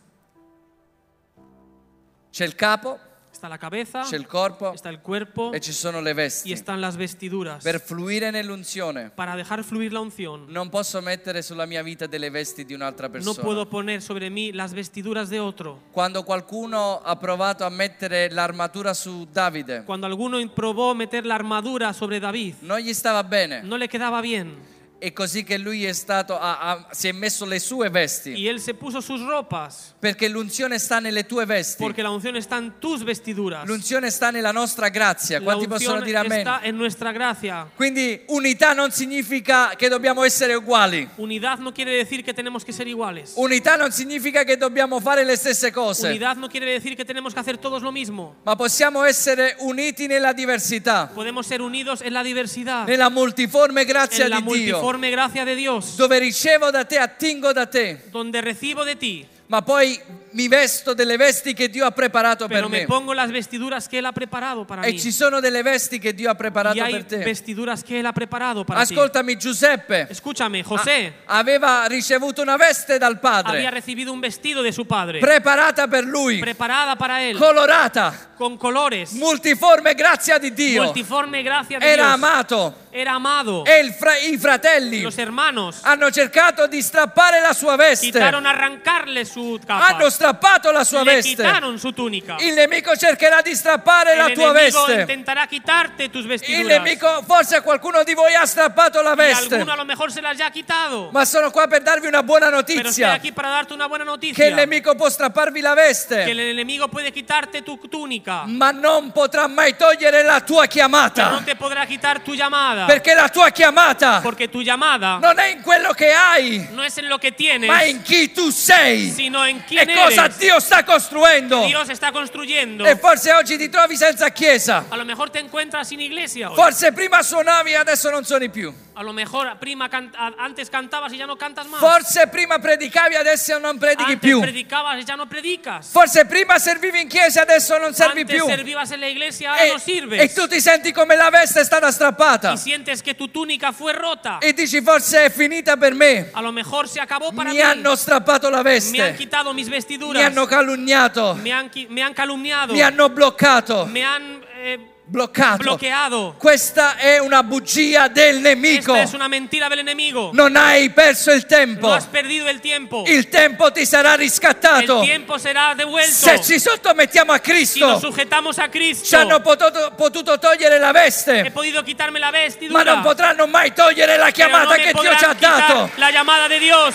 C'è il capo,
Está la cabeza,
c'è il corpo
está el cuerpo
e ci sono le
y
vesti.
están las vestiduras.
Per fluire nell'unzione
Para dejar fluir la unción,
non posso mettere sulla mia vita delle vesti di un'altra
no
persona.
puedo poner sobre mí las vestiduras de otro.
Quando qualcuno ha provato a mettere l'armatura su Davide,
Cuando alguno probó meter la armadura sobre David,
non gli stava bene.
no le quedaba bien
È così che lui è stato, ha- ha- si è messo le sue vesti.
y él se puso sus ropas,
Perché l'unzione sta nelle tue vesti.
porque la unción está en tus vestiduras.
L'unzione sta nella nostra grazia.
La
Quanti possono
unción
dire amen?
está en nuestra gracia.
Quindi unità non significa che dobbiamo essere uguali.
Unidad no quiere decir que tenemos que ser iguales.
Unità non significa che dobbiamo fare le stesse cose.
Unidad no quiere decir que tenemos que hacer todos lo mismo.
Ma possiamo essere uniti nella diversità,
Podemos ser unidos en la diversidad,
nella multiforme grazia
en la
di Dio.
multiforme gracia de Dios,
Dove ricevo da te, attingo da te,
donde recibo de ti,
ma poi mi vesto delle vesti che Dio ha preparato per
pero me
me.
pongo las vestiduras que Él ha preparado para
E
mí.
ci sono delle vesti che Dio ha
Y
preparato
hay
per te.
vestiduras que Él ha preparado para ti.
Ascoltami, Giuseppe.
Escúchame,
Ah,
José
aveva ricevuto una veste dal
había
padre,
recibido un vestido de su padre,
preparata per lui,
preparada para Él,
colorata,
con colores,
multiforme grazia di Dio.
multiforme gracia de
Era
Dios.
amato
Era amado.
e il fra- i fratelli
Los hermanos
hanno cercato di strappare la sua veste.
quitaron arrancarle su capa.
Hanno strappato la sua
Le
veste.
quitaron su túnica.
Il nemico cercherà di strappare la
el
tua
enemigo
veste.
intentará quitarte tus
Il
vestiduras.
nemico, forse a qualcuno di voi ha strappato la
Y alguno a
veste.
lo mejor se las ya ha quitado.
Ma sono qua per darvi una buona
Pero estoy
notizia:
aquí para darte una buena noticia.
che il nemico può strapparvi la
Que
veste.
el enemigo puede quitarte tu túnica.
ma non potrà mai togliere la tua
Pero no
chiamata,
te podrá quitar tu llamada.
perché Cioè, la tua chiamata
Porque tu llamada
non è in quello che hai,
no es en lo que tienes,
ma in chi tu sei
sino en quién
e cosa
eres.
Dio sta costruendo.
Dios está construyendo.
E forse oggi ti trovi senza chiesa,
A lo mejor te encuentras sin iglesia hoy.
forse prima suonavi e adesso non suoni più,
A lo mejor, prima, can- a- antes cantabas y ya no cantas más.
forse prima predicavi e adesso non predichi
antes
più,
predicabas y ya no predicas.
forse prima servivi in chiesa e adesso non servi
antes
più. E,
servías en la iglesia, ahora no sirves.
e tu ti senti come la veste è stata strappata
y sientes que tu túnica fue rota.
e dici forse è finita per me,
A lo mejor se acabó para
mi
mí.
hanno strappato la
me han
veste.
quitado mis
mi
vestiduras.
hanno calunniato,
me, han, qui- me han calumniado.
mi hanno bloccato,
me han eh,
bloccato.
bloqueado.
Questa è una bugia del nemico.
Esta es una mentira del enemigo.
Non hai perso il
No
tempo.
has perdido el tiempo.
Il tempo ti sarà
el
riscattato.
tiempo será devuelto.
Se ci sottomettiamo a
si nos
Cristo,
sujetamos a Cristo,
ci hanno potuto, potuto togliere la
he
veste,
podido quitarme la
ma
vestidura.
non potranno mai togliere la
pero no
chiamata
me
che Dio
podrán
ci ha
quitar
dato.
La llamada de Dios.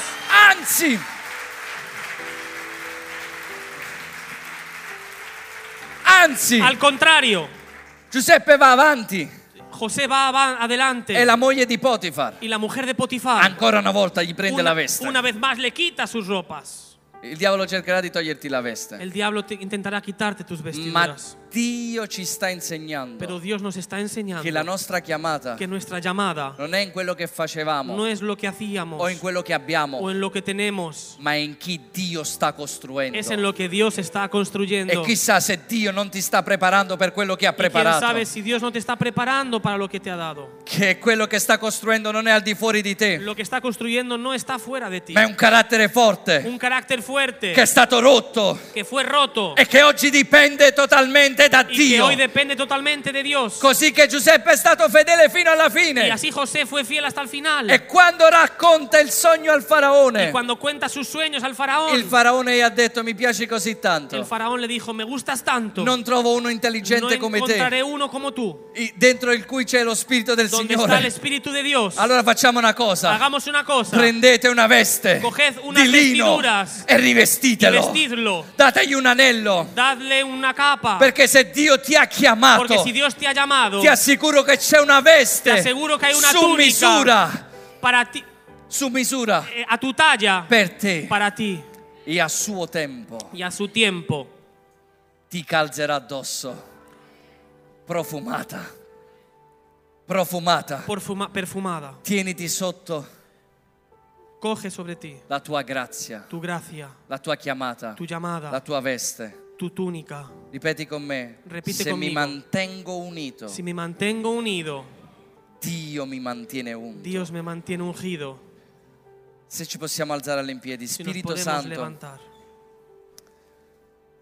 Anzi, anzi,
Al contrario,
Giuseppe va avanti.
José va ava- adelante.
È la moglie di Potifar.
y la mujer de Potifar
Ancora una volta gli prende la
Ah. una,
veste.
una vez más le quita sus ropas.
Il diavolo cercherà di toglierti la veste.
El diablo te- intentará quitarte tus
Ma
vestiduras.
Dio ci sta insegnando
Pero Dios nos está enseñando
che la nostra chiamata
que nuestra llamada
non è in quello che facevamo
no es lo que hacíamos
o in quello che abbiamo,
o en lo que tenemos,
ma è in chi Dio sta costruendo.
es en lo que Dios está
E
construyendo.
chissà se Dio non ti sta preparando per quello che ha
Y quién
preparato.
sabe si Dios no te está preparando para lo que te ha dado.
Che quello che sta costruendo non è al di fuori di te,
Lo que está construyendo no está fuera de ti.
ma è un carattere forte
Un carácter fuerte
che è stato rotto
que fue roto
e che oggi dipende totalmente dipendente da
y que
Dio.
hoy depende totalmente de Dios.
Così che Giuseppe è stato fedele fino alla
Y
fine.
así José fue fiel hasta el final.
E quando racconta il sogno al
Y
faraone,
cuando cuenta sus sueños al faraón,
il faraone gli ha detto mi piaci così
el
tanto,
faraón le dijo, me gustas tanto,
non trovo uno
no
intelligente come te,
encontraré uno como tú,
i- dentro il cui c'è lo spirito del
donde está el
Signore.
Espíritu de Dios.
Allora facciamo una cosa,
Hagamos una cosa,
prendete una veste
Coged unas
di lino
vestiduras
e
y
rivestitelo,
vestidlo,
dategli un anello,
dadle una capa,
perché se Dio ti ha
porque
chiamato,
si Dios te ha llamado
ti assicuro che c'è una
Ti
veste
assicuro che hai una
su
tunica.
misura,
para ti,
su misura
eh, a tu talla,
per te
para ti
e a suo tempo.
y a su tiempo,
ti calzerà addosso. Profumata, profumata.
Porfuma- perfumada,
Tieniti sotto
coge sobre ti
la tua grazia,
tu gracia,
la tua chiamata,
tu
la
llamada,
tua veste.
tu túnica.
Ripeti con me,
Ripete
se mi
conmigo.
mantengo unito,
Si me mantengo unido,
Dio mi mantiene unito.
Dios me mantiene ungido.
Se ci possiamo alzare all'impiedi,
Si nos
Spirito
podemos
Santo,
levantar.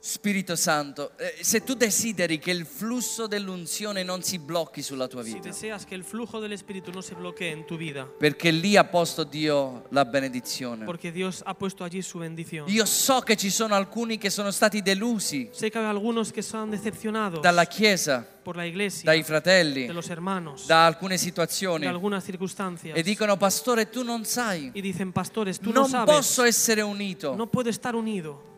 Spirito Santo, eh, se tu desideri che il flusso dell'unzione non si blocchi sulla tua
Si
vita,
deseas que el flujo del Espíritu no se bloquee en tu vida,
perché lì ha posto Dio la benedizione.
porque Dios ha puesto allí su bendición.
Io so che ci sono alcuni che sono stati delusi
Sé que hay algunos que son decepcionados
dalla Chiesa,
por la iglesia,
dai fratelli,
de los hermanos,
da alcune
de
situazioni
algunas circunstancias.
e dicono pastore tu non sai,
y dicen, pastores, tú no
non
sabes,
posso essere unito.
no puedo estar unido.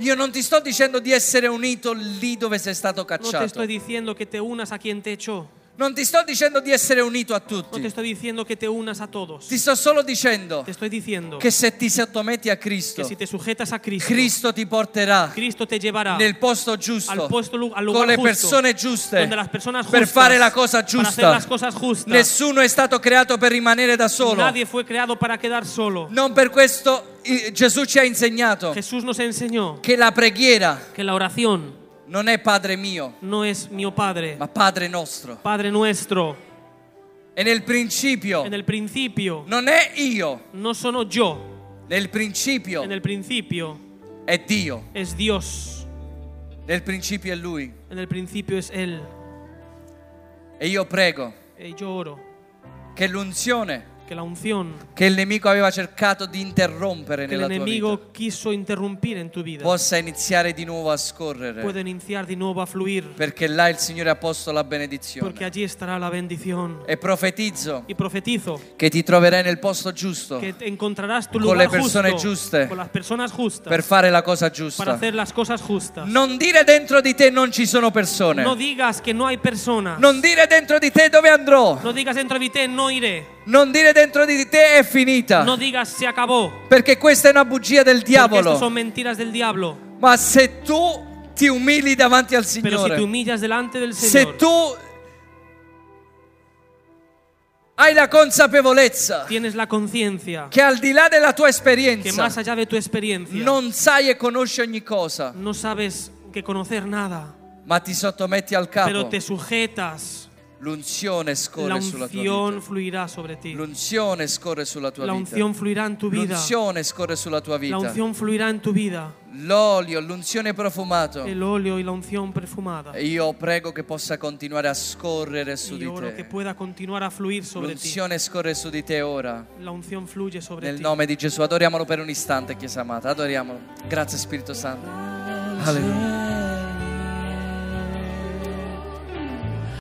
Io non ti sto dicendo di essere unito lì dove sei stato
No te
cacciato,
estoy diciendo que te unas a quien te echó.
non ti sto dicendo di essere unito a
No te
tutti,
estoy diciendo que te unas a todos.
ti sto solo dicendo
Te estoy diciendo
che se ti sottometti a
que
Cristo,
si te sujetas a Cristo,
Cristo ti porterà
Cristo te llevará
nel posto
al
giusto,
puesto lu- al lugar
con le
justo,
persone giuste,
donde las personas justas
per fare la cosa
para hacer las
giusta.
cosas justas.
Nessuno è stato creato per rimanere da solo.
Nadie fue creado para quedar solo.
Non per questo eh, Gesù ci ha insegnato
Jesús nos enseñó
che la preghiera
que la oración
non è Padre mio,
no es mío Padre,
ma Padre nostro.
Padre nuestro.
E nel principio
En el principio
non è io,
no sono yo,
nel principio
en el principio
è Dio,
es Dios,
nel principio è Lui.
en el principio es Él.
E io prego
Eh, yo oro
che l'unzione
que la unción
che il nemico aveva cercato di interrompere
que el
nella tua vita
enemigo quiso interrumpir en tu vida
possa iniziare di nuovo a scorrere,
puede iniciar de nuevo a fluir,
perché là il Signore ha posto la
porque
benedizione.
allí estará la bendición.
E profetizzo
Y profetizo
che ti troverai nel posto giusto
que te encontrarás tu
Oh. Con le
lugar
persone
justo,
giuste.
con las personas justas
per fare la cosa
para
giusta.
hacer las cosas justas.
Non dire dentro di te non ci sono persone.
No digas que no hay personas.
Non dire dentro di te dove andrò.
No digas dentro de ti no iré.
Non dire dentro di te è finita.
No digas se acabó. porque
Perché questa è una bugia del
Estas son
diavolo.
mentiras del diablo.
Ma se tu ti umili davanti al
Pero si te
Signore,
humillas delante del
se
Señor,
tu hai la consapevolezza
tienes la conciencia
che al di là della tua
que
esperienza
más allá de tu experiencia
non sai e conosci ogni cosa,
no sabes que conocer nada,
ma ti sottometti al
pero
capo,
te sujetas,
l'unzione
la
scorre sulla tua
unción
vita.
fluirá sobre ti.
L'unzione scorre sulla tua
La
vita.
unción fluirá en tu vida.
L'unzione scorre sulla tua
La
vita.
unción fluirá en tu vida.
L'olio, l'unzione profumato.
El óleo y la unción perfumada.
E Io prego che possa continuare a scorrere su
Y
di
oro
te.
que pueda continuar a fluir sobre ti.
L'unzione scorre su di te ora.
La unción fluye sobre
Nel
ti.
nome di Gesù. Adoriamolo per un istante, Chiesa amata. Adoriamolo. Grazie Spirito Santo. Alleluia.